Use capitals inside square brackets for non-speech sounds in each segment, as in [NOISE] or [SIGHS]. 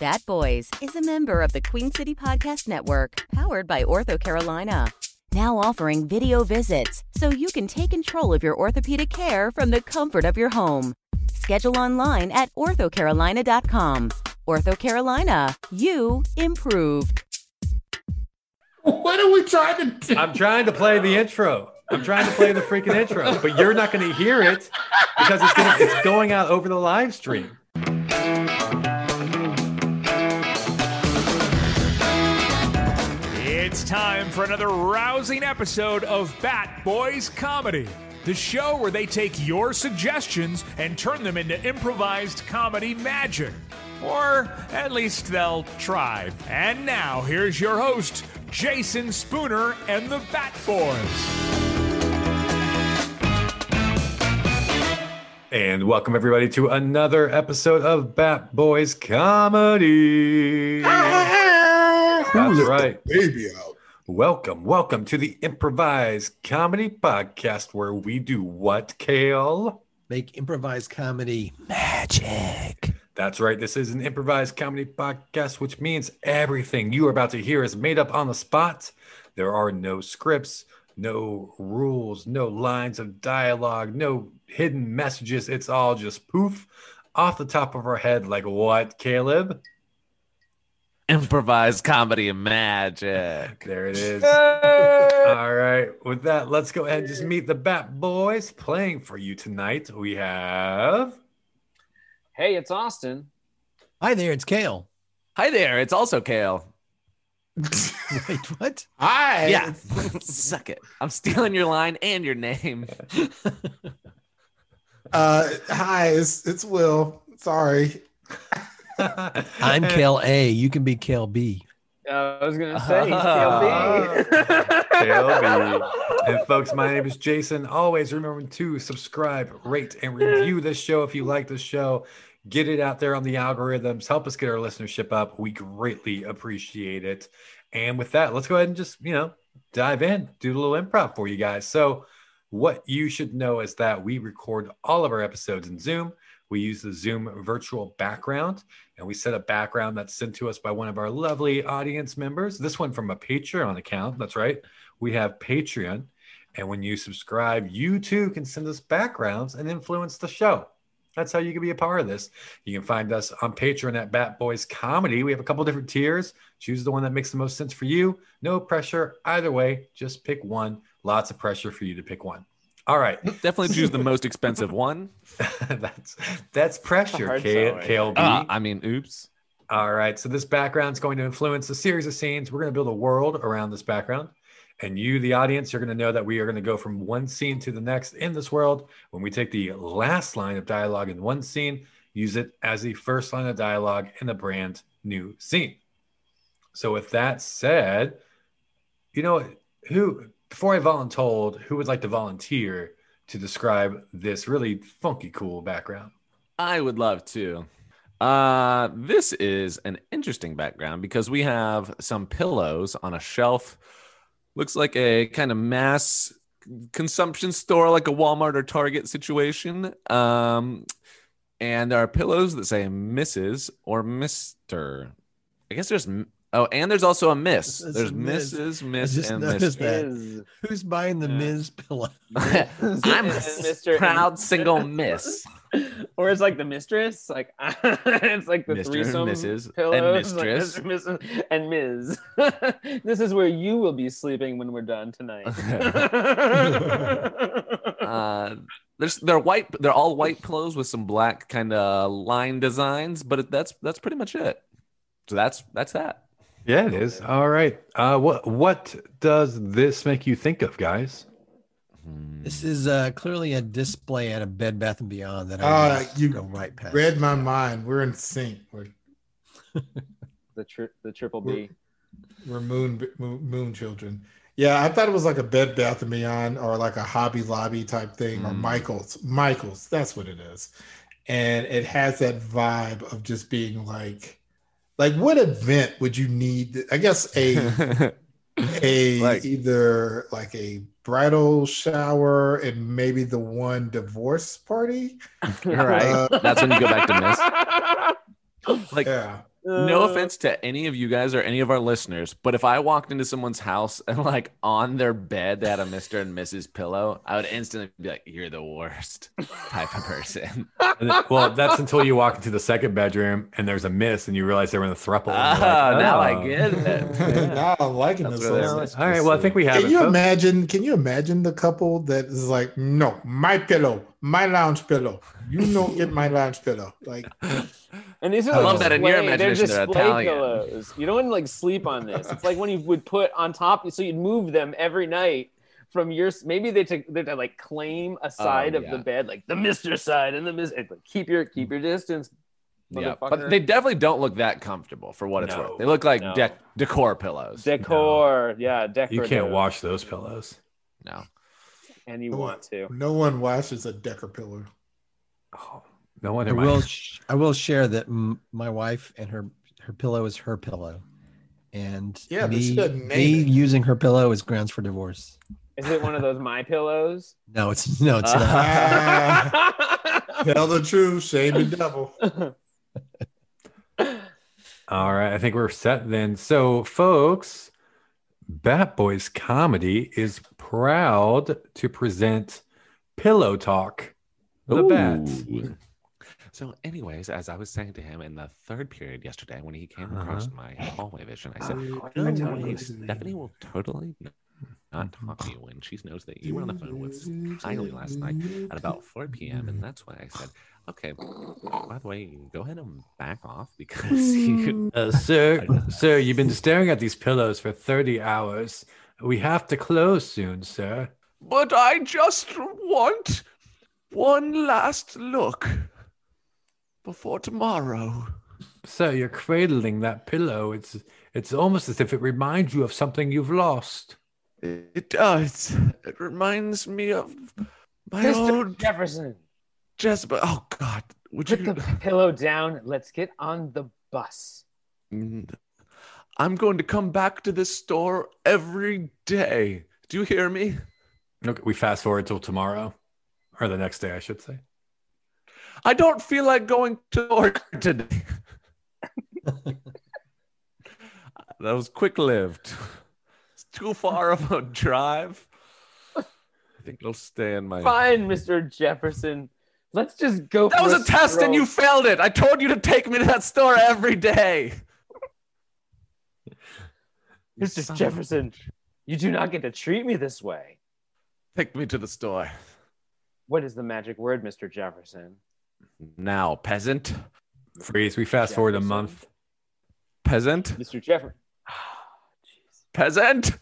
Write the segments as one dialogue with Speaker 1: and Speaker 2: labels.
Speaker 1: That Boys is a member of the Queen City Podcast Network, powered by Ortho Carolina. Now offering video visits so you can take control of your orthopedic care from the comfort of your home. Schedule online at orthocarolina.com. Ortho Carolina, you improved.
Speaker 2: What are we trying to do?
Speaker 3: I'm trying to play the intro. I'm trying to play the freaking intro, but you're not going to hear it because it's, gonna, it's going out over the live stream.
Speaker 4: It's time for another rousing episode of Bat Boys Comedy, the show where they take your suggestions and turn them into improvised comedy magic. Or at least they'll try. And now, here's your host, Jason Spooner and the Bat Boys.
Speaker 3: And welcome everybody to another episode of Bat Boys Comedy. That's
Speaker 2: let
Speaker 3: right.
Speaker 2: the baby out?
Speaker 3: Welcome, welcome to the improvised comedy podcast where we do what, Kale?
Speaker 5: make improvised comedy.
Speaker 3: That's right. This is an improvised comedy podcast, which means everything you are about to hear is made up on the spot. There are no scripts, no rules, no lines of dialogue, no hidden messages. It's all just poof off the top of our head. Like what, Caleb?
Speaker 6: improvised comedy and magic.
Speaker 3: There it is. All right. With that, let's go ahead and just meet the Bat Boys playing for you tonight. We have [LAUGHS]
Speaker 7: Hey, it's Austin.
Speaker 5: Hi there, it's Kale.
Speaker 6: Hi there, it's also Kale.
Speaker 5: Wait, what?
Speaker 2: Hi.
Speaker 6: Yeah, [LAUGHS] suck it. I'm stealing your line and your name.
Speaker 2: Uh, hi, it's, it's Will. Sorry.
Speaker 5: I'm Kale A. You can be Kale B.
Speaker 7: Uh, I was gonna say he's
Speaker 3: [LAUGHS] Ah.
Speaker 7: KLB.
Speaker 3: KLB. And folks, my name is Jason. Always remember to subscribe, rate, and review this show if you like the show. Get it out there on the algorithms. Help us get our listenership up. We greatly appreciate it. And with that, let's go ahead and just, you know, dive in, do a little improv for you guys. So, what you should know is that we record all of our episodes in Zoom. We use the Zoom virtual background and we set a background that's sent to us by one of our lovely audience members. This one from a Patreon account. That's right we have Patreon. And when you subscribe, you too can send us backgrounds and influence the show. That's how you can be a part of this. You can find us on Patreon at Bat Boys Comedy. We have a couple different tiers. Choose the one that makes the most sense for you. No pressure either way. Just pick one. Lots of pressure for you to pick one. All right. [LAUGHS]
Speaker 6: [LAUGHS] Definitely choose the most expensive one.
Speaker 3: that's that's pressure,
Speaker 7: Hard
Speaker 3: K-
Speaker 7: sell, eh?
Speaker 3: KLB.
Speaker 6: Uh, I mean, oops.
Speaker 3: All right. So this background is going to influence a series of scenes. We're going to build a world around this background. And you, the audience, you're going to know that we are going to go from one scene to the next in this world. When we take the last line of dialogue in one scene, use it as the first line of dialogue in a brand new scene. So, with that said, you know, who, before I voluntold, who would like to volunteer to describe this really funky, cool background?
Speaker 6: I would love to. Uh, this is an interesting background because we have some pillows on a shelf. Looks like a kind of mass consumption store, like a Walmart or Target situation. Um, and there are pillows that say Mrs. or Mr. I guess there's, m- oh, and there's also a Miss.
Speaker 5: There's a
Speaker 6: There's
Speaker 5: Miss.
Speaker 6: Mrs.,
Speaker 5: I
Speaker 6: Miss,
Speaker 5: just
Speaker 6: and
Speaker 5: noticed
Speaker 6: Mr.
Speaker 5: that.
Speaker 7: Is-
Speaker 5: Who's buying the
Speaker 7: Yeah.
Speaker 5: Ms. pillow?
Speaker 6: [LAUGHS] I'm a
Speaker 7: Mr.
Speaker 6: proud
Speaker 7: and-
Speaker 6: single Miss.
Speaker 7: or it's like the mistress, like [LAUGHS] it's like the
Speaker 6: Mr. and
Speaker 7: threesome
Speaker 6: Mrs. and
Speaker 7: pillows, [LAUGHS] like,
Speaker 6: mistress.
Speaker 7: Mr. Mrs. and Ms. [LAUGHS] this is where you will be sleeping when we're done
Speaker 6: [LAUGHS]
Speaker 7: tonight. [LAUGHS]
Speaker 6: uh, there's they're white they're all white pillows with some black kind of line designs but it- that's that's pretty much it so that's that's that
Speaker 3: Yeah, it is. All right. Uh, what what does this make you think of, guys?
Speaker 5: This is uh, clearly a display at a Bed Bath and Beyond that
Speaker 2: Ah,
Speaker 5: I
Speaker 2: you
Speaker 5: you go right past.
Speaker 2: Read my mind. We're in sync. We're,
Speaker 7: the tri- the triple
Speaker 2: We're-
Speaker 7: B.
Speaker 2: we're moon, moon moon children. Yeah, I thought it was like a Bed Bath and Beyond or like a Hobby Lobby type thing or
Speaker 6: Mm.
Speaker 2: Michaels. Michaels, that's what it is. And it has that vibe of just being like, like what event would you need? I guess
Speaker 6: [LAUGHS]
Speaker 2: a a
Speaker 6: Like-
Speaker 2: either like a bridal shower and maybe the one divorce party.
Speaker 6: [LAUGHS] all right
Speaker 7: [LAUGHS]
Speaker 2: Uh,
Speaker 6: that's when you go back to miss like
Speaker 2: yeah,
Speaker 7: [LAUGHS]
Speaker 6: no offense to any of you guys or any of our listeners, but if I walked into someone's house and like on their bed they had a Mr. and Mrs. pillow, I would instantly be like, "You're the worst type of
Speaker 7: [LAUGHS]
Speaker 6: person."
Speaker 3: And then- well, that's until you walk into the second bedroom and there's a miss and you realize they were in the thruple. and you're
Speaker 6: Ah,
Speaker 3: like,
Speaker 6: now
Speaker 3: oh.
Speaker 6: I get
Speaker 2: [LAUGHS]
Speaker 6: it.
Speaker 2: now I'm liking
Speaker 6: That's
Speaker 2: this.
Speaker 6: what it
Speaker 2: whole-
Speaker 6: is.
Speaker 3: All right. Well, I think we have
Speaker 2: Can
Speaker 3: it.
Speaker 2: you
Speaker 3: folks.
Speaker 2: imagine? Can you imagine the couple that is like, no, my pillow, my lounge pillow. You don't get my lounge pillow. Like,
Speaker 7: And these are
Speaker 2: I
Speaker 7: like
Speaker 2: love that
Speaker 6: in your
Speaker 7: display-
Speaker 6: imagination
Speaker 7: They're
Speaker 6: they're
Speaker 7: display
Speaker 6: Italian.
Speaker 7: pillows. You don't want to like sleep on this. It's like when you would put on top, so you'd move them every night from your. Maybe they took they to like claim a side
Speaker 6: Um,
Speaker 7: of
Speaker 6: yeah.
Speaker 7: the bed, like the Mister side and the Miss. Like, keep your keep your distance.
Speaker 6: Yeah,
Speaker 7: motherfucker.
Speaker 6: but they definitely don't look that comfortable for what it's
Speaker 3: No,
Speaker 6: worth. They look like
Speaker 7: no.
Speaker 6: dec- decor pillows.
Speaker 7: Decor, yeah, decor.
Speaker 3: You can't
Speaker 7: those.
Speaker 3: wash those pillows.
Speaker 6: no,
Speaker 7: and you want to.
Speaker 2: no one washes a Decker pillow.
Speaker 3: Oh, no wonder.
Speaker 5: I will.
Speaker 3: my-
Speaker 5: Sh- I will share that m- my wife and her her pillow is her pillow, and
Speaker 2: Yeah, they
Speaker 5: me,
Speaker 2: should have named
Speaker 5: me
Speaker 2: it.
Speaker 5: using her pillow is grounds for divorce.
Speaker 7: Is it one of those
Speaker 3: [LAUGHS]
Speaker 7: my pillows?
Speaker 5: No, it's no, it's
Speaker 6: Uh-huh.
Speaker 5: not.
Speaker 2: Ah, tell the truth, shame the devil.
Speaker 3: All right. I think we're set then. So, folks, Bat Boys Comedy is proud to present Pillow Talk, the Bats.
Speaker 6: Ooh. So, anyways, as I was saying to him in the third period yesterday, when he came across my hallway vision, I said, "No way, Stephanie will totally n- not talk to you when she knows that you were on the phone with Kylie last night at about 4 p.m." And that's why I said, "Okay, by the way, you can go ahead and back off because [LAUGHS] you."
Speaker 3: Uh, [LAUGHS] sir, sir, you've been staring at these pillows for 30 hours. We have to close soon, sir.
Speaker 6: But I just want one last look before tomorrow.
Speaker 3: Sir, you're cradling that pillow. It's it's almost as if it reminds you of something you've lost.
Speaker 6: It does. It reminds me of my
Speaker 7: Mr.
Speaker 6: old
Speaker 7: Jefferson,
Speaker 6: Jezebel. Oh God, would
Speaker 7: put the
Speaker 6: you?
Speaker 7: pillow down. Let's get on the bus.
Speaker 6: Mm. I'm going to come back to this store every day. Do you hear me?
Speaker 3: Okay, we fast forward till tomorrow, or the next day, I should say.
Speaker 6: I don't feel like going to [LAUGHS] work today. that was quick lived. It's too far of a drive. I think it'll stay in my.
Speaker 7: Fine, Mr. Jefferson. Let's just go.
Speaker 6: That
Speaker 7: for
Speaker 6: was a test and
Speaker 7: stroll.
Speaker 6: you failed it. I told you to take me to that store every day. son
Speaker 7: Mr.
Speaker 6: of a
Speaker 7: Jefferson, you do not get to treat me this way.
Speaker 6: Take me to the store.
Speaker 7: What is the magic word, Mr. Jefferson?
Speaker 6: Now, peasant.
Speaker 3: Freeze. We fast forward a
Speaker 7: Jefferson.
Speaker 3: month.
Speaker 6: Peasant.
Speaker 7: Mr. Jefferson.
Speaker 6: Peasant.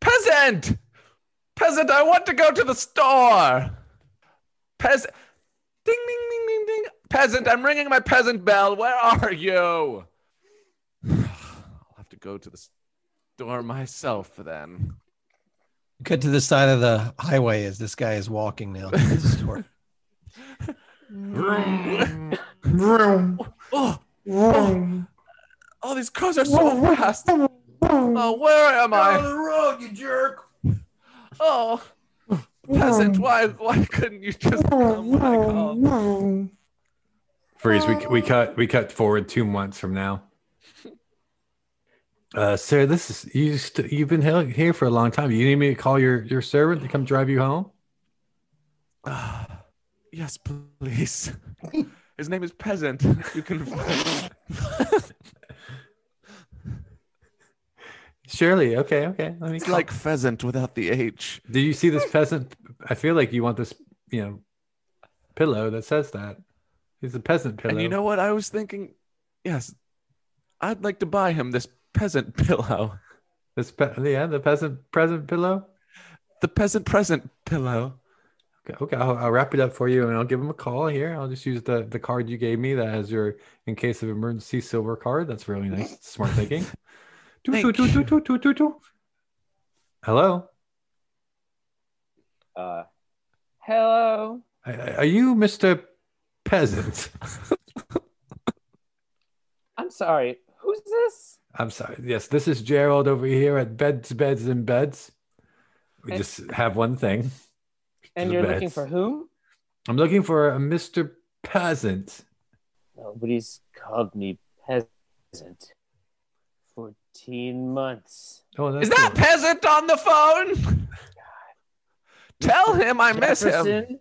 Speaker 6: Peasant. Peasant, I want to go to the store. Peasant. Ding, ding, ding, ding, ding. Peasant, I'm ringing my peasant bell. Where are you? [SIGHS] I'll have to go to the store myself then.
Speaker 5: Cut to the side of the highway as this guy is walking now. to the store.
Speaker 2: Vroom,
Speaker 6: Oh,
Speaker 2: vroom.
Speaker 6: oh, these cars are so fast. Oh, where am I?
Speaker 2: the road, you jerk.
Speaker 6: Oh, peasant, why, why couldn't you just come when I called?
Speaker 3: Freeze. We, we cut we cut forward two months from [LAUGHS] now. Uh, sir, this is you. St- you've been hel- here for a long time. You need me to call your your servant to come drive you home?
Speaker 6: Ah, [SIGHS] yes, please. His name is Peasant. You can. [LAUGHS]
Speaker 3: Surely. Okay. Okay. Let me.
Speaker 6: it's
Speaker 3: call-
Speaker 6: like pheasant without the H.
Speaker 3: do you see this peasant? I feel like you want this. You know, pillow that says that. It's a peasant pillow.
Speaker 6: And you know what? I was thinking, yes, I'd like to buy him this peasant pillow,
Speaker 3: this. Pe- yeah, the peasant present pillow.
Speaker 6: the peasant present pillow.
Speaker 3: Okay, okay. I'll, I'll wrap it up for you, and I'll give him a call here. I'll just use the the card you gave me that has your in case of emergency silver card. That's really nice, smart thinking. Toot, toot,
Speaker 6: [LAUGHS] Thank
Speaker 3: toot,
Speaker 6: you.
Speaker 3: toot, toot, toot, toot. Hello,
Speaker 7: [SIGHS] Uh, hello.
Speaker 3: I- I- are you Mister Peasant?
Speaker 7: I'm sorry. Who's this?
Speaker 3: I'm sorry. Yes, this is Gerald over here at Beds, Beds, and Beds. We
Speaker 7: And-
Speaker 3: just have one thing.
Speaker 7: And
Speaker 3: The
Speaker 7: you're looking
Speaker 3: best.
Speaker 7: for whom?
Speaker 3: I'm looking for a Mister Peasant.
Speaker 7: Nobody's called me peasant peasant. 14 months.
Speaker 3: Oh, that's
Speaker 6: Is that
Speaker 3: cool.
Speaker 6: peasant on the phone? [LAUGHS] Tell him I miss him.
Speaker 7: Jefferson,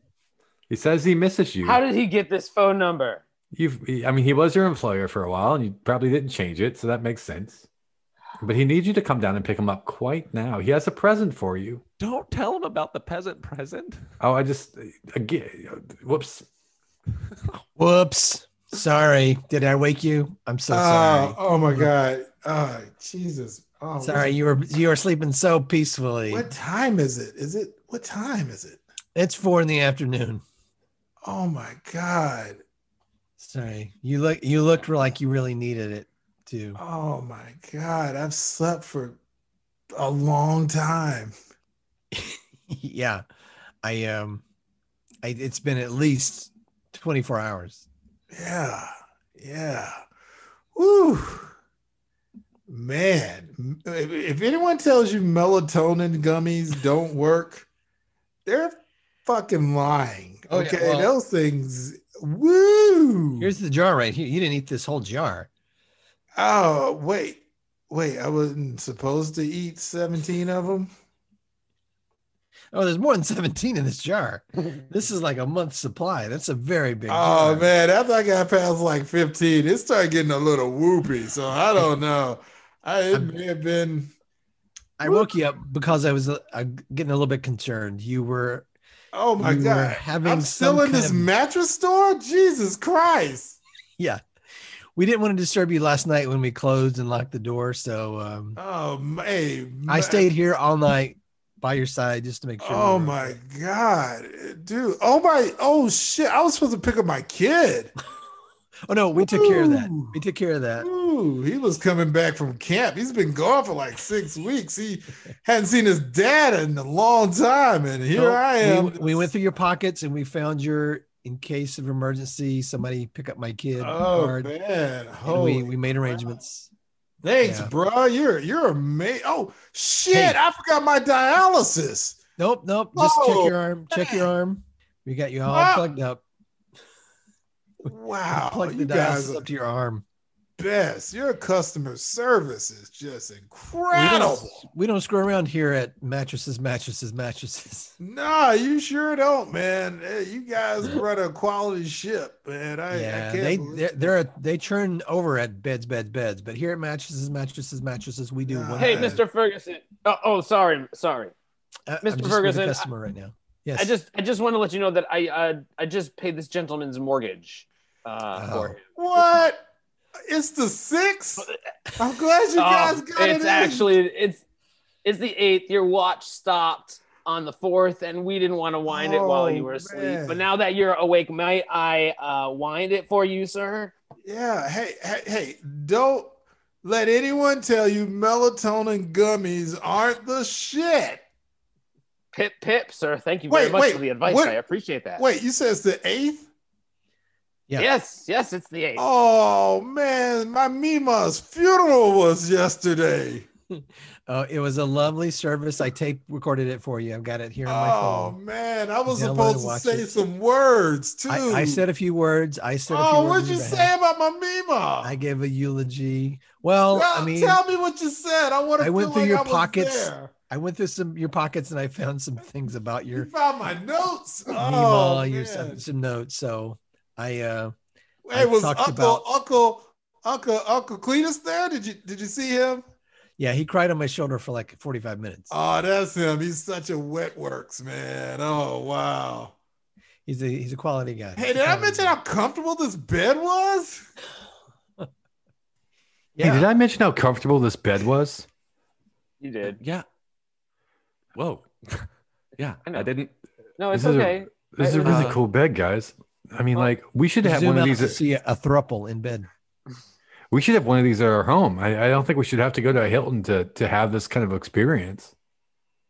Speaker 3: He says he misses you.
Speaker 7: how did he get this phone
Speaker 6: [LAUGHS]
Speaker 7: number?
Speaker 3: You've, I mean, he was your employer for a while, and you probably didn't change it, so that makes sense. But he needs you to come down and pick him up quite now. He has a present for you.
Speaker 6: Don't tell him about the peasant present.
Speaker 3: Oh, I just again, whoops.
Speaker 5: Whoops. Sorry. Did I wake you? I'm so sorry.
Speaker 2: Oh, oh my god. Oh, Jesus. Oh,
Speaker 5: Sorry, you were you were sleeping so peacefully.
Speaker 2: What time is it? Is it what time is it?
Speaker 5: It's four in the afternoon.
Speaker 2: Oh my god.
Speaker 5: Sorry, you look you looked like you really needed it too.
Speaker 2: Oh my god. I've slept for a long time.
Speaker 5: [LAUGHS] yeah, I um, I, it's been at least twenty four hours.
Speaker 2: Yeah. Yeah. Woo. Man, if if anyone tells you melatonin gummies don't work, they're fucking lying.
Speaker 5: Oh, yeah,
Speaker 2: okay,
Speaker 5: well-
Speaker 2: those things. Woo.
Speaker 5: Here's the jar right here. You didn't eat this whole jar.
Speaker 2: Oh, wait. Wait, I wasn't supposed to eat 17 of them?
Speaker 5: Oh, there's more than seventeen in this jar. This is like a month's supply. That's a very big.
Speaker 2: Oh,
Speaker 5: jar.
Speaker 2: man. After I got past like 15, it started getting a little whoopy. So I don't know. I, it
Speaker 5: I'm-
Speaker 2: may have been.
Speaker 5: I woke you up because I was uh, getting a little bit concerned. You were
Speaker 2: Oh, my
Speaker 5: You were
Speaker 2: God.
Speaker 5: having
Speaker 2: I'm still
Speaker 5: some
Speaker 2: in
Speaker 5: kind
Speaker 2: this
Speaker 5: of-
Speaker 2: mattress store? Jesus Christ.
Speaker 5: we didn't want to disturb you last night when we closed and locked the door. So um,
Speaker 2: Oh, my.
Speaker 5: I stayed here all night by your side just to make sure.
Speaker 2: Oh,
Speaker 5: you were
Speaker 2: my
Speaker 5: okay.
Speaker 2: God. Dude. Oh, my. Oh, shit. I was supposed to pick up my kid.
Speaker 5: Oh no, we took care of that.
Speaker 2: Ooh.
Speaker 5: We took care of that.
Speaker 2: Ooh, he was coming back from camp. He's been gone for like six weeks. He hadn't seen his dad in a long time, and here
Speaker 5: So
Speaker 2: I am.
Speaker 5: We, we went through your pockets and we found your in case of emergency. Somebody pick up my kid
Speaker 2: Oh
Speaker 5: card.
Speaker 2: man,
Speaker 5: and
Speaker 2: holy!
Speaker 5: we, we made arrangements.
Speaker 2: Thanks,
Speaker 5: yeah.
Speaker 2: bro. You're you're amazing. Oh shit!
Speaker 5: Hey.
Speaker 2: I forgot my dialysis.
Speaker 5: Nope, nope. Just check
Speaker 2: Whoa.
Speaker 5: your arm. Check your arm. We got you all
Speaker 2: Wow.
Speaker 5: plugged up.
Speaker 2: Wow,
Speaker 5: Plugged
Speaker 2: Oh, you
Speaker 5: the
Speaker 2: guys
Speaker 5: dialysis
Speaker 2: are
Speaker 5: up to your arm.
Speaker 2: best. Your customer service is just
Speaker 5: We
Speaker 2: incredible.
Speaker 5: don't, we don't screw around here at mattresses, mattresses, mattresses.
Speaker 2: Nah, you sure don't, man. Hey, you
Speaker 5: [LAUGHS]
Speaker 2: guys run a quality ship, man. I, I
Speaker 5: yeah,
Speaker 2: can't
Speaker 5: they
Speaker 2: believe-
Speaker 5: they're, they're they churn over at beds, beds, beds. But here at mattresses, mattresses, mattresses, we do
Speaker 2: Yeah.
Speaker 5: one.
Speaker 7: Hey,
Speaker 2: Uh,
Speaker 7: Mr. Ferguson. Oh, oh sorry. Sorry.
Speaker 5: I- I'm
Speaker 7: Mr.
Speaker 5: just with
Speaker 7: Ferguson, I-
Speaker 5: a customer right now. Yes,
Speaker 7: I just I just want to let you know that I uh, I just paid this gentleman's mortgage uh,
Speaker 5: Oh.
Speaker 7: for him.
Speaker 2: What? It's the
Speaker 5: [LAUGHS]
Speaker 2: sixth? I'm glad
Speaker 5: Oh,
Speaker 2: you guys
Speaker 7: Um,
Speaker 2: got it.
Speaker 7: it's
Speaker 2: in.
Speaker 7: actually it's it's the eighth. Your watch stopped on the fourth, and we didn't want to wind it while you
Speaker 2: Oh,
Speaker 7: were asleep.
Speaker 2: man.
Speaker 7: But now that you're awake, might I uh, wind it for you, sir?
Speaker 2: Yeah. Hey, hey, hey, don't let anyone tell you melatonin gummies aren't the shit.
Speaker 7: Pip, pip, sir. Thank you
Speaker 2: Wait,
Speaker 7: very much
Speaker 2: wait,
Speaker 7: for the advice.
Speaker 2: what-
Speaker 7: I appreciate that.
Speaker 2: Wait, you said it's the eighth?
Speaker 5: Yeah.
Speaker 7: Yes, yes, it's the eighth.
Speaker 2: Oh man, my Mima's funeral was yesterday.
Speaker 5: oh, it was a lovely service. I tape recorded it for you. I've got it here on my
Speaker 2: Oh
Speaker 5: phone.
Speaker 2: man, I was
Speaker 5: Download and
Speaker 2: supposed to
Speaker 5: watch
Speaker 2: say
Speaker 5: it.
Speaker 2: some words too.
Speaker 5: I, I said a few words. I said. a few
Speaker 2: Oh,
Speaker 5: words
Speaker 2: what'd
Speaker 5: on
Speaker 2: you
Speaker 5: your
Speaker 2: say
Speaker 5: behalf.
Speaker 2: about my Mima?
Speaker 5: I gave a eulogy. Well,
Speaker 2: Well,
Speaker 5: I mean,
Speaker 2: tell me what you said. I want to.
Speaker 5: I
Speaker 2: feel
Speaker 5: went through
Speaker 2: like
Speaker 5: your
Speaker 2: I was
Speaker 5: pockets.
Speaker 2: there.
Speaker 5: I went through some your pockets and I found some things about
Speaker 2: You
Speaker 5: your
Speaker 2: found my notes. [LAUGHS] Oh,
Speaker 5: email, your
Speaker 2: man.
Speaker 5: some, some notes. So I uh
Speaker 2: Hey, was
Speaker 5: talked
Speaker 2: Uncle
Speaker 5: about-
Speaker 2: Uncle Uncle Uncle Cletus there? Did you Did you see him?
Speaker 5: yeah, he cried on my shoulder for like 45 minutes.
Speaker 2: Oh, that's him. He's such a wet works man. Oh wow.
Speaker 5: He's a he's a quality guy.
Speaker 2: Hey, did I mention how comfortable this bed was?
Speaker 5: Yeah.
Speaker 3: Hey, did I mention how comfortable this bed was?
Speaker 7: You did.
Speaker 6: Yeah. Whoa. [LAUGHS] yeah, I,
Speaker 7: I know.
Speaker 6: didn't.
Speaker 7: No, it's
Speaker 3: This is a-
Speaker 7: okay.
Speaker 3: This is a really
Speaker 6: Uh,
Speaker 3: cool bed, guys. I mean,
Speaker 7: well,
Speaker 3: like we should have
Speaker 5: Zoom
Speaker 3: one of
Speaker 5: out
Speaker 3: these.
Speaker 5: to see a, a thruple in bed?
Speaker 3: We should have one of these at our home. I, I don't think we should have to go to a Hilton to to have this kind of experience.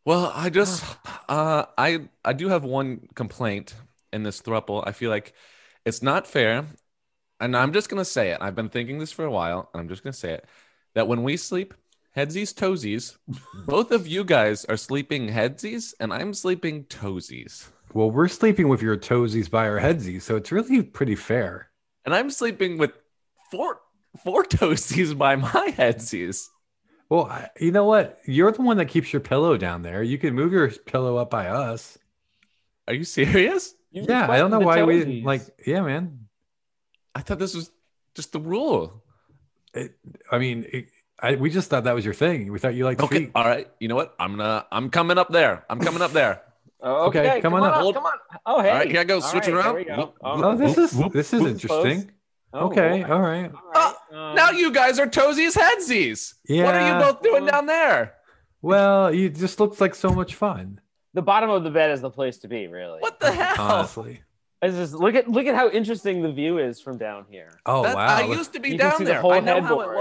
Speaker 6: Well, I just, uh, I, I do have one complaint in this thruple. I feel like it's not fair, and I'm just gonna say it. I've been thinking this for a while, and I'm just gonna say it. That when we sleep, headsies [LAUGHS] toesies, both of you guys are sleeping headsies, and I'm sleeping toesies,
Speaker 3: Well, we're sleeping with your toesies by our headsies, so it's really pretty fair.
Speaker 6: and I'm sleeping with four four [LAUGHS] toasties by my headsies.
Speaker 3: Well, I- you know what? You're the one that keeps your pillow down there. You can move your pillow up by us.
Speaker 6: Are you serious?
Speaker 7: You
Speaker 3: yeah, I don't
Speaker 7: requested
Speaker 3: know
Speaker 7: the
Speaker 3: why we
Speaker 7: toesies.
Speaker 3: didn't like. Yeah, man.
Speaker 6: I thought this was just the rule.
Speaker 3: I mean, it, I, we just thought that was your thing. We thought you liked
Speaker 6: Okay.
Speaker 3: feet.
Speaker 6: All right. You know what? I'm gonna. I'm coming up there. I'm coming up there.
Speaker 7: Oh, okay, come, on, up.
Speaker 6: Hold-
Speaker 7: Come on. Oh, hey.
Speaker 6: All right. Here I go.
Speaker 7: All
Speaker 6: Switching
Speaker 7: right, there
Speaker 6: around.
Speaker 7: we go.
Speaker 6: Whoop,
Speaker 7: Oh,
Speaker 6: whoop,
Speaker 3: Oh, this is this is
Speaker 6: whoop.
Speaker 3: interesting.
Speaker 7: oh,
Speaker 3: okay,
Speaker 7: boy.
Speaker 3: all right.
Speaker 7: All right, [LAUGHS]
Speaker 3: Uh,
Speaker 7: um,
Speaker 6: Now you guys are toesies headsies. What are
Speaker 3: Yeah.
Speaker 6: you both doing down there?
Speaker 3: Well, you just looked like so much fun.
Speaker 7: the bottom of the bed is the place to be, really.
Speaker 6: What the
Speaker 7: Uh-huh.
Speaker 6: hell?
Speaker 3: Honestly.
Speaker 7: It's just look at look at how interesting the view is from down here.
Speaker 3: Oh
Speaker 6: That-
Speaker 3: wow.
Speaker 6: I
Speaker 3: Look-
Speaker 6: used to be
Speaker 7: You can
Speaker 6: down
Speaker 7: see the
Speaker 6: there.
Speaker 7: whole
Speaker 6: I know how it
Speaker 7: headboard.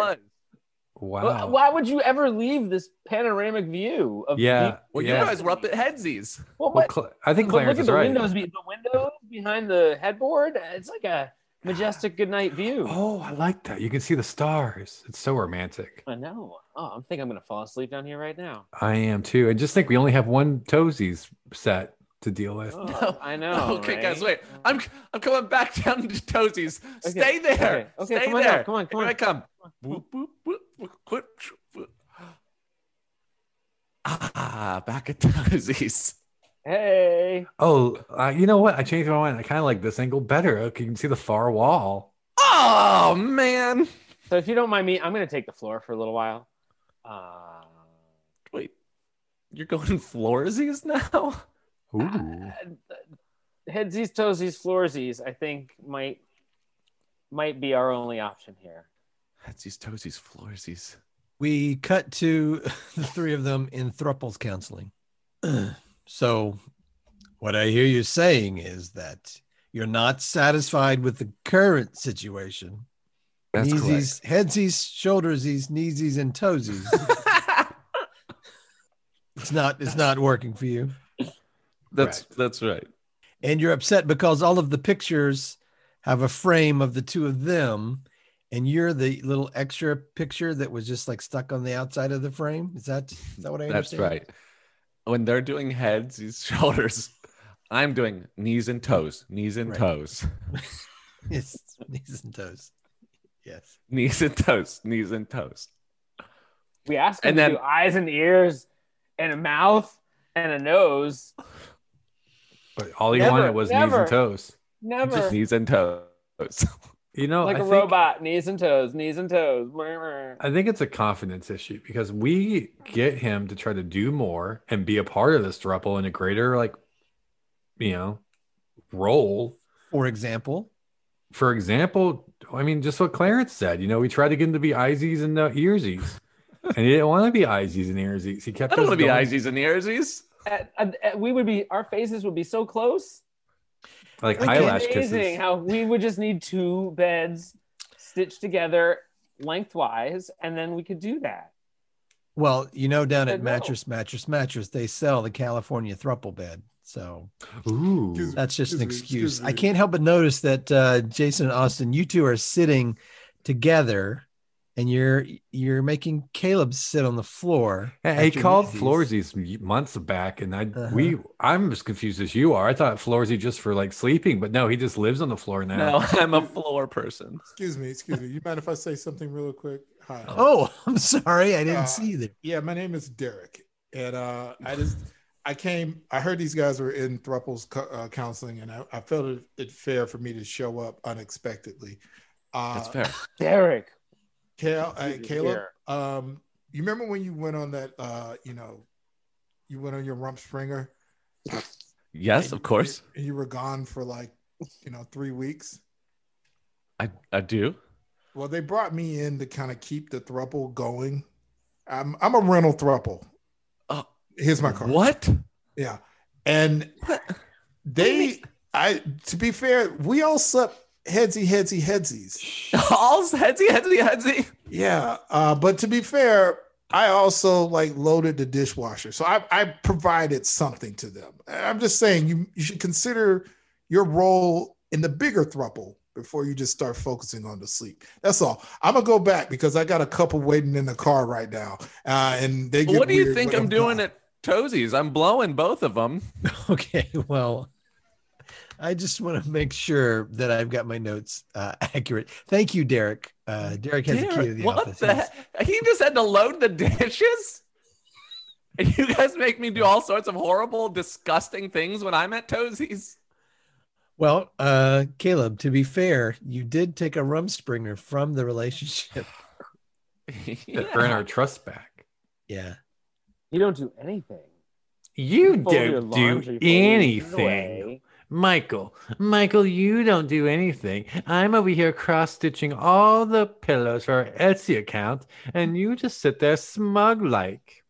Speaker 6: was.
Speaker 3: wow.
Speaker 7: Why would you ever leave this panoramic view of
Speaker 3: Yeah.
Speaker 7: deep-
Speaker 6: Well,
Speaker 3: yeah.
Speaker 6: you guys were up at
Speaker 7: [LAUGHS]
Speaker 6: headsies.
Speaker 7: Well,
Speaker 3: Well,
Speaker 7: what-
Speaker 3: Cla- I think
Speaker 7: but
Speaker 3: Clarence
Speaker 7: look at
Speaker 3: is
Speaker 7: the
Speaker 3: right.
Speaker 7: windows. Be, the windows behind the headboard. It's like a majestic good night view.
Speaker 3: Oh, I like that. You can see the stars. It's so romantic.
Speaker 7: I know. Oh, I'm think I'm gonna fall asleep down here right now.
Speaker 3: I am too. And just think we only have one Toesies set to deal with.
Speaker 7: Oh,
Speaker 6: No.
Speaker 7: I
Speaker 6: [LAUGHS]
Speaker 7: know.
Speaker 6: okay,
Speaker 7: right?
Speaker 6: guys, wait. I'm I'm coming back [LAUGHS] down to toesies.
Speaker 7: Okay,
Speaker 6: Stay there.
Speaker 7: okay, okay,
Speaker 6: Stay
Speaker 7: come on
Speaker 6: there.
Speaker 7: down, come on, come
Speaker 6: Here
Speaker 7: on.
Speaker 6: I come. Boop, boop, boop, boop, quit. Ah, back at [LAUGHS] toesies.
Speaker 7: Hey.
Speaker 3: Oh, uh, you know what? I changed my mind. I kind of like this angle better. Okay, you can see the far
Speaker 7: [SIGHS]
Speaker 3: wall.
Speaker 6: Oh man.
Speaker 7: So if you don't mind me, I'm gonna take the floor for a little while. Uh,
Speaker 6: Wait, you're going floorsies now?
Speaker 3: Ooh.
Speaker 7: headsies, toesies, floorsies. I think might might be our only option here.
Speaker 6: Headsies, toesies, floorsies.
Speaker 5: we cut to [LAUGHS] the three of them in thruples counseling. [CLEARS THROAT] so, what I hear you saying is that you're not satisfied with the current situation.
Speaker 6: That's
Speaker 5: Kneesies, headsies, shouldersies, kneesies,
Speaker 3: [LAUGHS]
Speaker 5: and toesies. it's not. It's not working for you,
Speaker 6: That's
Speaker 3: Correct.
Speaker 6: that's right.
Speaker 5: and you're upset because all of the pictures have a frame of the two of them, and you're the little extra picture that was just like stuck on the outside of the frame. Is that? Is that what I
Speaker 6: That's
Speaker 5: understand?
Speaker 6: right. When they're doing heads, these [LAUGHS] shoulders, I'm doing knees and toes, knees and
Speaker 5: Right.
Speaker 6: toes,
Speaker 5: [LAUGHS] Yes, knees and toes. Yes.
Speaker 6: knees and toes, knees and toes.
Speaker 7: We asked him
Speaker 6: And
Speaker 7: to
Speaker 6: then-
Speaker 7: do eyes and ears, and a mouth and a nose.
Speaker 3: But all he
Speaker 7: Never,
Speaker 3: wanted was knees
Speaker 7: never.
Speaker 3: and toes.
Speaker 7: Never.
Speaker 6: Just knees and toes.
Speaker 3: You know,
Speaker 7: like
Speaker 3: I
Speaker 7: a
Speaker 3: think,
Speaker 7: robot, knees and toes, knees and toes. Brr, brr.
Speaker 3: I think it's a confidence issue because we get him to try to do more and be a part of this thruple in a greater, like, you know, role.
Speaker 5: For example,
Speaker 3: For example, I mean, just what Clarence said. You know, we tried to get him to be eyesies and uh, earsies, and he didn't want to be eyesies and earsies. He kept.
Speaker 6: I don't
Speaker 3: us
Speaker 6: want to be
Speaker 3: going-
Speaker 6: eyesies and earsies.
Speaker 7: At- at- at- we would be, our faces would be so close.
Speaker 3: like
Speaker 5: Like,
Speaker 3: eyelash
Speaker 7: Amazing
Speaker 3: kisses.
Speaker 7: how we would just need two beds stitched together lengthwise, and then we could do that.
Speaker 5: well, you know, down
Speaker 7: I
Speaker 5: at
Speaker 7: know.
Speaker 5: Mattress, Mattress, Mattress, they sell the California thruple bed. So
Speaker 3: Ooh,
Speaker 5: that's just
Speaker 2: Excuse
Speaker 5: an
Speaker 2: me,
Speaker 5: excuse.
Speaker 2: excuse
Speaker 5: I
Speaker 2: me.
Speaker 5: can't help but notice that uh, Jason and Austin, you two are sitting together, and you're you're making Caleb sit on the floor.
Speaker 3: Hey, he
Speaker 5: after
Speaker 3: called
Speaker 5: Yeezys.
Speaker 3: Floresy months back, and I
Speaker 5: Uh-huh.
Speaker 3: we I'm as confused as you are. I thought Floresy just for like sleeping, but no, he just lives on the floor now.
Speaker 6: No, I'm a floor person.
Speaker 2: Excuse me, excuse me. You mind if I say something real quick? Hi.
Speaker 5: Oh, [LAUGHS] I'm sorry, I didn't
Speaker 2: Uh,
Speaker 5: see [LAUGHS] that.
Speaker 2: Yeah, my name is Derek, and uh, I just I came. I heard these guys were in Thruples co- uh, counseling, and I, I felt it, it fair for me to show up unexpectedly. Uh,
Speaker 6: That's fair.
Speaker 7: Derek,
Speaker 2: Cal, uh,
Speaker 7: Good to
Speaker 2: Caleb,
Speaker 7: hear.
Speaker 2: um, you remember when you went on that? Uh, you know, you went on your rump springer.
Speaker 6: Yes,
Speaker 2: and
Speaker 6: of course.
Speaker 2: You, and you were gone for like you know three weeks.
Speaker 6: I, I do.
Speaker 2: Well, they brought me in to kind of keep the thruple going. I'm I'm a rental thruple.
Speaker 6: Oh.
Speaker 2: Here's my card.
Speaker 6: What? [LAUGHS]
Speaker 2: Yeah. And they I to be fair, we all slept headsy headsy headsies.
Speaker 6: All headsy, headsy, headsy.
Speaker 2: Yeah. Uh, but to be fair, I also like loaded the dishwasher. So I, I provided something to them. I'm just saying you you should consider your role in the bigger thruple before you just start focusing on the sleep. That's all. I'm gonna go back because I got a couple waiting in the car right now. Uh, and they get
Speaker 6: What do you
Speaker 2: weird
Speaker 6: think
Speaker 2: when
Speaker 6: I'm doing
Speaker 2: gone.
Speaker 6: at Toesies? I'm blowing both of them.
Speaker 5: Okay, well, I just want to make sure that I've got my notes uh, accurate. Thank you, Derek. Uh, Derek has a key to
Speaker 6: Derek,
Speaker 5: the
Speaker 6: what
Speaker 5: office.
Speaker 6: the heck? He just had to load the dishes? [LAUGHS] And you guys make me do all sorts of horrible, disgusting things when I'm at [LAUGHS] Toesies.
Speaker 5: Well, uh, Caleb, to be fair, you did take a rumspringer from the relationship.
Speaker 3: [LAUGHS]
Speaker 5: [LAUGHS]
Speaker 3: That earn our trust back.
Speaker 5: Yeah.
Speaker 7: You don't do anything.
Speaker 3: You
Speaker 7: Fold your
Speaker 3: don't
Speaker 7: laundry
Speaker 3: do
Speaker 7: for you.
Speaker 3: anything.
Speaker 7: Anyway.
Speaker 3: Michael, Michael, you don't do anything. I'm over here cross stitching all the pillows for our Etsy account, and you just sit there smug like.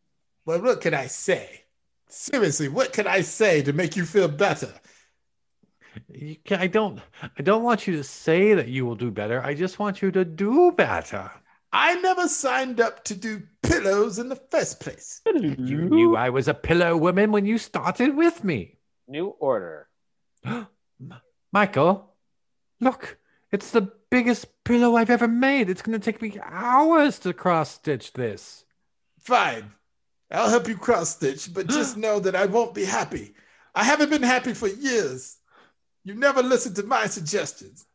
Speaker 2: Well, what can I say? Seriously, what can I say to make you feel better?
Speaker 3: You ca- I don't, I don't want you to say that you will do better. I just want you to do better.
Speaker 2: I never signed up to do pillows in the first place.
Speaker 3: You knew I was a pillow woman when you started with me,
Speaker 7: New order.
Speaker 3: Michael. Look, it's the biggest pillow I've ever made. It's going to take me hours to cross stitch this.
Speaker 2: Fine, I'll help you cross stitch, but just know that I won't be happy. I haven't been happy for years. You never listen to my suggestions.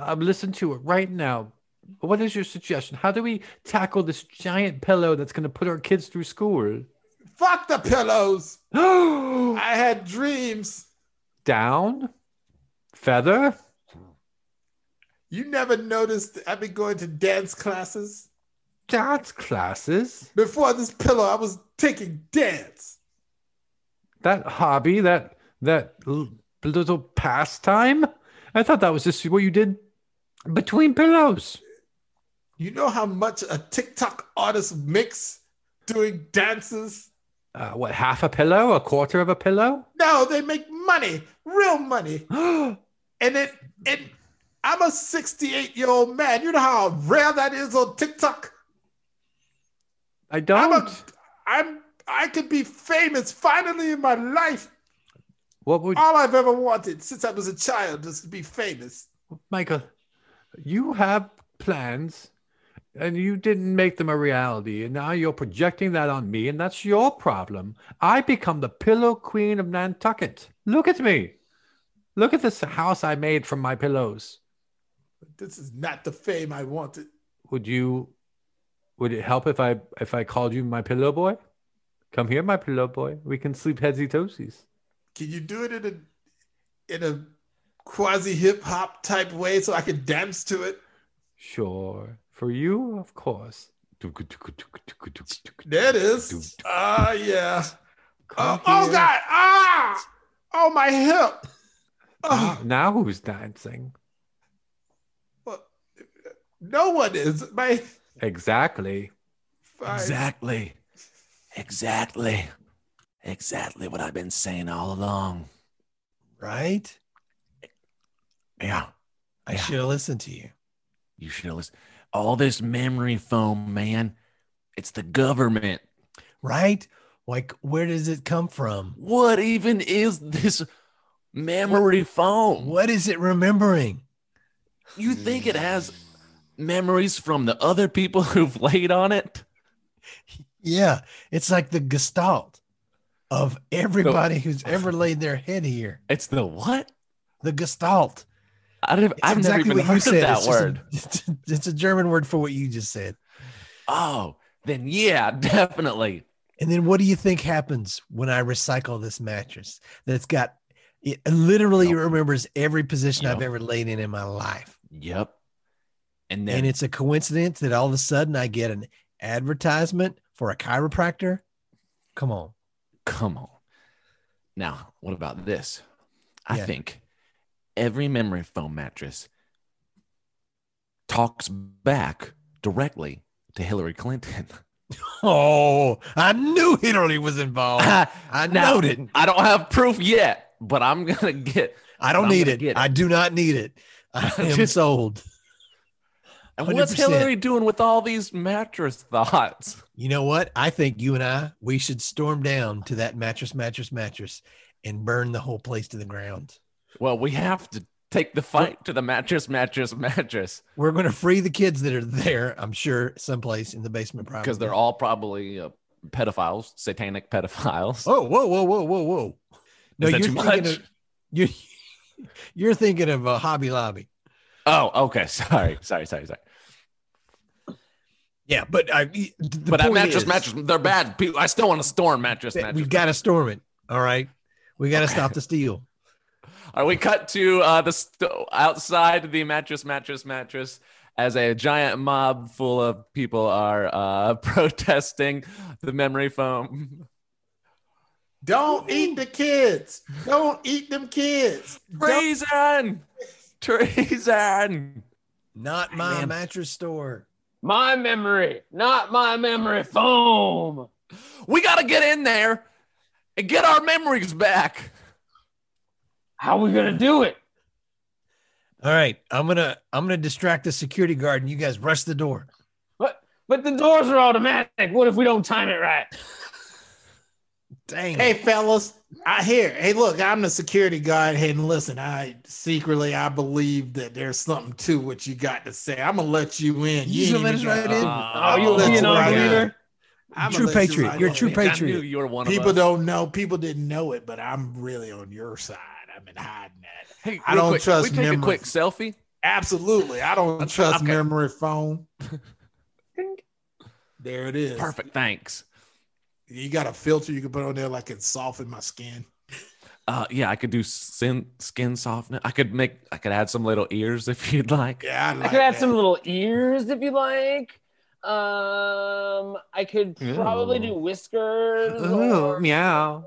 Speaker 3: I'm listening Uh, to it right now. What is your suggestion? How do we tackle this giant pillow that's going to put our kids through school? [GASPS]
Speaker 2: Fuck the pillows.
Speaker 3: Down,
Speaker 2: I had dreams.
Speaker 3: feather.
Speaker 2: You never noticed that I've been going to dance classes.
Speaker 3: Dance classes.
Speaker 2: Before this pillow, I was taking dance.
Speaker 3: That hobby. That that l- little pastime. I thought that was just what you did between pillows.
Speaker 2: You know how much a TikTok artist makes doing dances?
Speaker 3: Uh, what half a pillow? A quarter of a pillow? [GASPS]
Speaker 2: No, they make money, real money. And it it I'm a 68 year old man. You know how rare that is on TikTok?
Speaker 3: I
Speaker 2: I'm
Speaker 3: don't.
Speaker 2: a I'm I could be famous finally in my life.
Speaker 3: what would
Speaker 2: All I've ever wanted since I was a child is to be famous.
Speaker 3: Michael, you have plans and you didn't make them a reality. And now you're projecting that on me, and that's your problem. I become the pillow queen of Nantucket. Look at me. Look at this house I made from my pillows.
Speaker 2: This is not the fame I wanted.
Speaker 3: Would you would it help if I if I called you my pillow boy? Come here, my pillow boy. We can sleep headsy toesies.
Speaker 2: Can you do it in a in a quasi hip hop type way so I can dance to it?
Speaker 3: Sure. For you, of course.
Speaker 2: There it is. Ah, yeah. Oh,
Speaker 3: Come
Speaker 2: oh
Speaker 3: here.
Speaker 2: God! Ah! Oh my hip!
Speaker 3: Now,
Speaker 2: Oh,
Speaker 3: now who's dancing?
Speaker 2: no one is. My
Speaker 3: Exactly.
Speaker 2: exactly.
Speaker 6: Exactly. Exactly what I've been saying all along.
Speaker 5: Right?
Speaker 6: Yeah.
Speaker 5: I
Speaker 6: Yeah.
Speaker 5: should have listened to you.
Speaker 6: You should have listened. All this memory foam, man. It's the government.
Speaker 5: Right? Like, where does it come from?
Speaker 6: What even is this memory foam?
Speaker 5: What is it remembering?
Speaker 6: You think it has memories from the other people [LAUGHS] who've laid on it?
Speaker 5: Yeah, it's like the gestalt of everybody who's ever laid their head here.
Speaker 6: It's the what?
Speaker 5: The gestalt.
Speaker 6: I don't,
Speaker 5: It's
Speaker 6: I've never even heard of that
Speaker 5: It's just a-
Speaker 6: word.
Speaker 5: it's, it's a German word for what you just said.
Speaker 6: Oh, then yeah, [LAUGHS] definitely.
Speaker 5: And then what do you think happens when I recycle this mattress that's got it literally
Speaker 6: Yep.
Speaker 5: remembers every position I've
Speaker 6: Yep.
Speaker 5: ever laid in in my life.
Speaker 6: Yep. And then
Speaker 5: And it's a coincidence that all of a sudden I get an advertisement for a chiropractor. Come on.
Speaker 6: come on. Now, what about this? I
Speaker 5: Yeah.
Speaker 6: think every memory foam mattress talks back directly to Hillary Clinton. [LAUGHS]
Speaker 5: Oh, I knew Hillary was involved. [LAUGHS] Oh,
Speaker 6: [LAUGHS]
Speaker 5: I
Speaker 6: Now,
Speaker 5: noted.
Speaker 6: I don't have proof yet, but I'm gonna get.
Speaker 5: I don't
Speaker 6: I'm
Speaker 5: need
Speaker 6: gonna
Speaker 5: it.
Speaker 6: get it.
Speaker 5: I do not need it.
Speaker 6: [LAUGHS]
Speaker 5: I am
Speaker 6: Just-
Speaker 5: sold.
Speaker 6: And what's
Speaker 5: 100%.
Speaker 6: Hillary doing with all these mattress thoughts?
Speaker 5: You know what? I think you and I we should storm down to that mattress, mattress, mattress, and burn the whole place to the ground.
Speaker 6: Well, we have to take the fight to the mattress, mattress, mattress
Speaker 5: We're going to free the kids that are there, I'm sure, someplace in the basement. Probably
Speaker 6: because they're all probably uh, pedophiles, satanic pedophiles.
Speaker 5: Oh, whoa, whoa, whoa, whoa, whoa! No,
Speaker 6: Is that
Speaker 5: you're
Speaker 6: too
Speaker 5: thinking
Speaker 6: much?
Speaker 5: Of, you You're thinking of a Hobby Lobby.
Speaker 6: Oh, okay. [LAUGHS] Sorry, sorry, sorry, sorry.
Speaker 5: Yeah, but I. The
Speaker 6: but that
Speaker 5: point
Speaker 6: mattress,
Speaker 5: is
Speaker 6: mattress, they're bad. People, I still want to storm mattress,
Speaker 5: that
Speaker 6: mattress.
Speaker 5: We've got to storm it. All right, we got to stop the steal.
Speaker 6: All right, we cut to uh, the st- outside the mattress, mattress, mattress, as a giant mob full of people are uh, [LAUGHS] protesting the memory foam.
Speaker 2: Don't eat the kids. Don't eat them kids. Don't-
Speaker 6: Treason! Treason!
Speaker 5: Not my
Speaker 6: Man.
Speaker 5: mattress store.
Speaker 7: My memory, not my memory foam.
Speaker 6: We got to get in there and get our memories back.
Speaker 7: How we gonna do it?
Speaker 5: All right, I'm gonna I'm gonna distract the security guard, and you guys rush the door.
Speaker 7: But but the doors are automatic. What if we don't time it right?
Speaker 5: Dang.
Speaker 2: Hey fellas, I hear. Hey, look, I'm the security guard. Hey, and listen, I secretly I believe that there's something to what you got to say. I'm gonna let you in.
Speaker 5: You
Speaker 2: ain't
Speaker 5: gonna let
Speaker 2: even
Speaker 5: us right
Speaker 2: gotta-
Speaker 5: in?
Speaker 7: Oh,
Speaker 2: I'ma
Speaker 7: you
Speaker 2: let
Speaker 7: a
Speaker 2: you right
Speaker 7: non-believer?
Speaker 2: I'ma
Speaker 5: True
Speaker 2: let you
Speaker 5: patriot.
Speaker 2: right
Speaker 5: You're a
Speaker 2: in.
Speaker 5: true
Speaker 6: I
Speaker 5: patriot.
Speaker 6: knew you were one
Speaker 2: People
Speaker 6: of us.
Speaker 2: don't know. People didn't know it, but I'm really on your side. I've been hiding that.
Speaker 6: Hey,
Speaker 2: I
Speaker 6: real
Speaker 2: don't
Speaker 6: quick,
Speaker 2: trust
Speaker 6: We take a
Speaker 2: memory.
Speaker 6: quick selfie.
Speaker 2: Absolutely, I don't trust
Speaker 6: okay.
Speaker 2: memory phone.
Speaker 6: [LAUGHS]
Speaker 2: there it is.
Speaker 6: Perfect. Thanks.
Speaker 2: You got a filter you can put on there, like it soften my skin.
Speaker 6: Uh, yeah, I could do skin skin softener. I could make. I could add some little ears if you'd like.
Speaker 2: Yeah, I,
Speaker 7: I
Speaker 2: like
Speaker 7: could add
Speaker 2: that.
Speaker 7: some little ears if you like. Um, I could probably
Speaker 6: Ew.
Speaker 7: do
Speaker 2: Oh,
Speaker 7: whiskers.
Speaker 6: Ooh,
Speaker 7: or
Speaker 6: meow,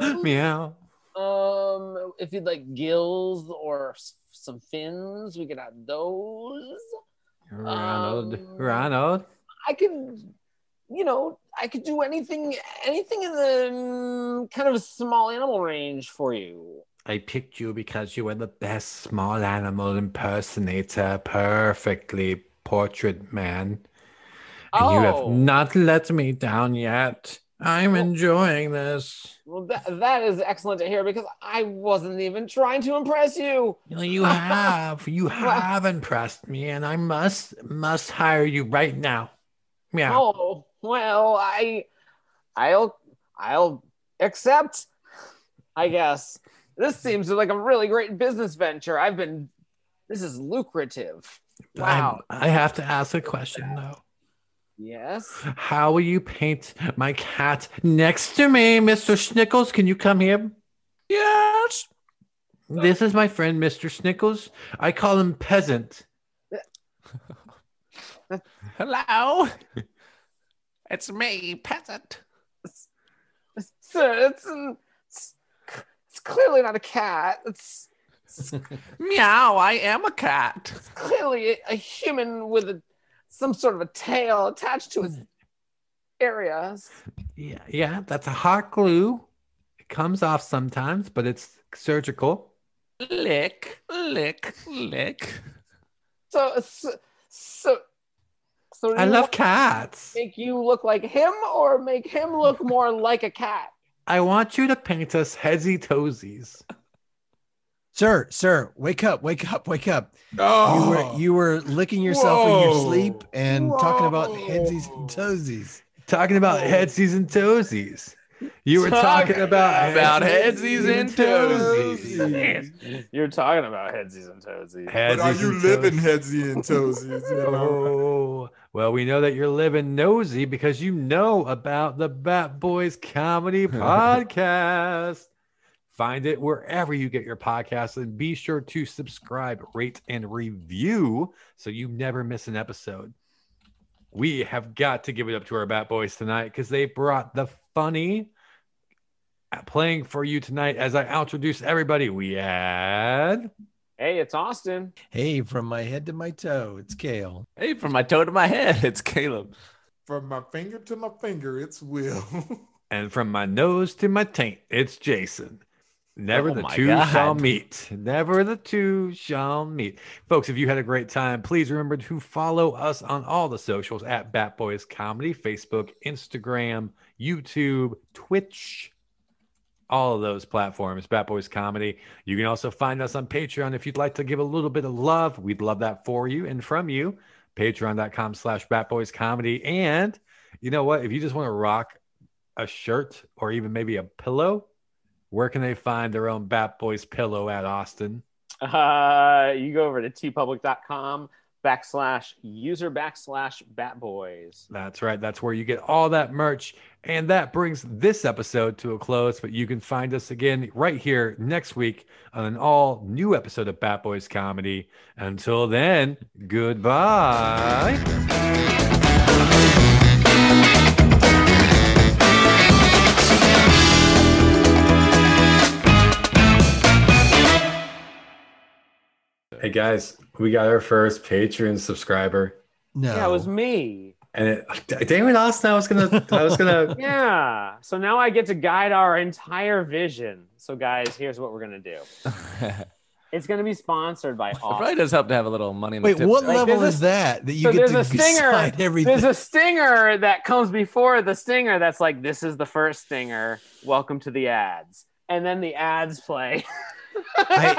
Speaker 7: nose.
Speaker 6: meow.
Speaker 7: Um, if you'd like gills or s- some fins, we could have those.
Speaker 6: Ronald,
Speaker 2: Oh.
Speaker 7: Um,
Speaker 6: Ronald.
Speaker 7: I could, you know, I could do anything, anything in the mm, kind of small animal range for you.
Speaker 3: I picked you because you were the best small animal impersonator, perfectly portrait man. And you have
Speaker 7: Oh.
Speaker 3: not let me down yet. I'm enjoying this.
Speaker 7: Well, that, that is excellent to hear because I wasn't even trying to impress you.
Speaker 3: You know,
Speaker 7: [LAUGHS]
Speaker 3: You have, you have impressed me, and I must, must hire you right now. Yeah.
Speaker 7: Oh well, I, I'll, I'll accept. I guess this seems like a really great business venture. I've been, this is lucrative. Wow.
Speaker 3: I have to ask a question though.
Speaker 7: Yes.
Speaker 3: How will you paint my cat next to me, Mr. Snickles? Can you come here?
Speaker 6: Yes.
Speaker 3: This is my friend, Mr. Snickles. I call him Peasant.
Speaker 6: [LAUGHS] Hello. it's me, peasant.
Speaker 7: Sir, it's, it's, it's clearly not a cat. It's
Speaker 6: Meow. I am a cat.
Speaker 7: clearly a, a human with a, some sort of a tail attached to his
Speaker 3: Mm.
Speaker 7: areas.
Speaker 3: Yeah, yeah, that's a hot glue. It comes off sometimes, but it's surgical.
Speaker 6: Lick, lick, lick.
Speaker 7: So, so, so, so
Speaker 3: I
Speaker 7: you
Speaker 3: love
Speaker 7: want
Speaker 3: cats.
Speaker 7: to make you look like him, or make him look more like a cat.
Speaker 3: I want you to paint us headsy toesies.
Speaker 5: Sir, sir, wake up, wake up, wake up. You
Speaker 2: Oh,
Speaker 5: were you were licking yourself in your
Speaker 2: Whoa.
Speaker 5: sleep and talking about
Speaker 2: Whoa.
Speaker 5: headsies and toesies.
Speaker 3: Talking about
Speaker 2: Oh.
Speaker 3: headsies and toesies. You were talking about
Speaker 6: About headsies and
Speaker 3: toesies.
Speaker 7: [LAUGHS] You're talking about headsies and toesies.
Speaker 2: But are
Speaker 3: Headsies
Speaker 2: you
Speaker 3: and
Speaker 2: living
Speaker 3: toesies.
Speaker 2: headsy and [LAUGHS] toesies? You know?
Speaker 3: [LAUGHS] Oh, well, we know that you're living nosy because you know about the Bat Boys Comedy Podcast. Find it wherever you get your podcasts and be sure to subscribe, rate, and review so you never miss an episode. We have got to give it up to our Bat Boys tonight because they brought the funny playing for you tonight. As I introduce everybody, we had.
Speaker 7: Hey, it's Austin.
Speaker 5: Hey, from my head to my toe, it's Kale.
Speaker 6: Hey, from my toe to my head, [LAUGHS] it's Caleb.
Speaker 2: From my finger to my finger, it's Will. [LAUGHS]
Speaker 3: And from my nose to my taint, it's Jason. Never
Speaker 6: Oh
Speaker 3: the
Speaker 6: my
Speaker 3: two
Speaker 6: God.
Speaker 3: shall meet. Never the two shall meet. Folks, if you had a great time, please remember to follow us on all the socials at Bat Boys Comedy, Facebook, Instagram, YouTube, Twitch, all of those platforms, Bat Boys Comedy. You can also find us on Patreon if you'd like to give a little bit of love. We'd love that for you and from you. Patreon.com slash Bat Boys Comedy. And you know what? If you just want to rock a shirt or even maybe a pillow, where can they find their own Bat Boys pillow at Austin?
Speaker 7: Uh, you go over to tpublic.com backslash user backslash batboys.
Speaker 3: That's right. That's where you get all that merch. And that brings this episode to a close. But you can find us again right here next week on an all new episode of Bat Boys Comedy. Until then, goodbye. Hey guys, we got our first Patreon subscriber.
Speaker 5: No.
Speaker 7: Yeah, it was me.
Speaker 3: And it, D- Damon Austin, I was gonna, I was
Speaker 7: [LAUGHS]
Speaker 3: gonna.
Speaker 7: Yeah. So now I get to guide our entire vision. So guys, here's what we're gonna do. It's gonna be sponsored by
Speaker 6: It
Speaker 7: Austin.
Speaker 6: probably does help to have a little money. In
Speaker 5: Wait,
Speaker 6: the tip
Speaker 5: what
Speaker 6: jar.
Speaker 5: level
Speaker 7: there's
Speaker 5: is
Speaker 7: a-
Speaker 5: that that you
Speaker 7: so
Speaker 5: get
Speaker 7: there's
Speaker 5: to
Speaker 7: a stinger.
Speaker 5: [LAUGHS] decide everything? [LAUGHS]
Speaker 7: There's a stinger that comes before the stinger that's like, this is the first stinger. Welcome to the ads. And then the ads play. [LAUGHS]
Speaker 5: I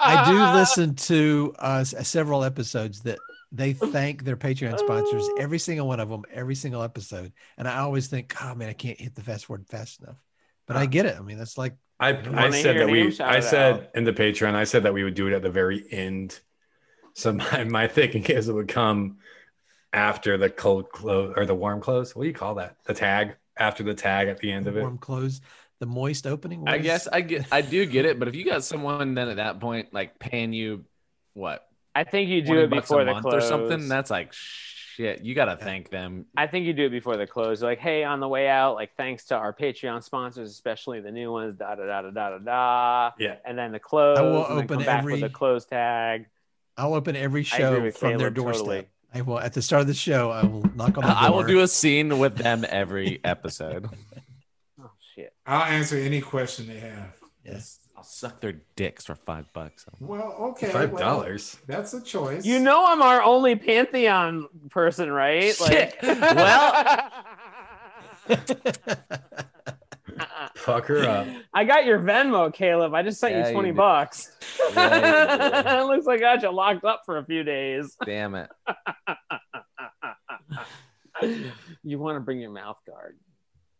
Speaker 7: I
Speaker 5: do
Speaker 7: [LAUGHS]
Speaker 5: listen to uh, s- several episodes that they thank their Patreon
Speaker 7: [LAUGHS]
Speaker 5: sponsors, every single one of them, every single episode. And I always think, oh man, I can't hit the fast word fast enough. But
Speaker 7: Ah.
Speaker 5: I get it. I mean, that's like,
Speaker 3: I, I
Speaker 7: Wanna
Speaker 3: said
Speaker 7: hear
Speaker 3: that
Speaker 7: him
Speaker 3: we,
Speaker 7: shout
Speaker 3: I
Speaker 7: it
Speaker 3: said
Speaker 7: out.
Speaker 3: in the Patreon, I said that we would do it at the very end. So [LAUGHS] my, my thinking is it would come after the cold close or the warm close. What do you call that? The tag after the tag at the end
Speaker 5: the
Speaker 3: of it.
Speaker 5: warm close, the moist opening.
Speaker 6: I
Speaker 5: was-
Speaker 6: guess I get, I do get it. But if you got someone then at that point like paying you what
Speaker 7: I think you do
Speaker 6: 20
Speaker 7: it
Speaker 6: bucks
Speaker 7: before
Speaker 6: a
Speaker 7: the
Speaker 6: month
Speaker 7: close
Speaker 6: or something, that's like shit. You gotta thank them.
Speaker 7: I think you do it before the close. Like, hey, on the way out, like thanks to our Patreon sponsors, especially the new ones, da da da da da da da.
Speaker 3: Yeah.
Speaker 7: And then the close.
Speaker 5: I will
Speaker 7: and then
Speaker 5: open
Speaker 7: come back
Speaker 5: every-
Speaker 7: with a close tag.
Speaker 5: I'll open every
Speaker 7: I agree
Speaker 5: show
Speaker 7: with
Speaker 5: from their
Speaker 7: Caleb,
Speaker 5: doorstep.
Speaker 7: totally.
Speaker 5: I will, at the start of the show, I will knock on the door.
Speaker 6: I will do a scene with them every episode.
Speaker 7: Oh shit.
Speaker 2: I'll answer any question they have.
Speaker 5: Yes.
Speaker 6: I'll suck their dicks for five bucks.
Speaker 2: Well, okay.
Speaker 3: Five
Speaker 2: well,
Speaker 3: dollars.
Speaker 2: that's a choice.
Speaker 7: You know I'm our only Pantheon person, right? [LAUGHS]
Speaker 6: Shit. Well- [LAUGHS]
Speaker 3: Fuck her up.
Speaker 7: I got your Venmo, Caleb. I just sent
Speaker 6: Yeah,
Speaker 7: you
Speaker 6: you
Speaker 7: 20
Speaker 6: did.
Speaker 7: bucks.
Speaker 6: Yeah, you did.
Speaker 7: [LAUGHS] it looks like I got you locked up for a few days. [LAUGHS]
Speaker 6: Damn it.
Speaker 7: You want to bring your mouth guard.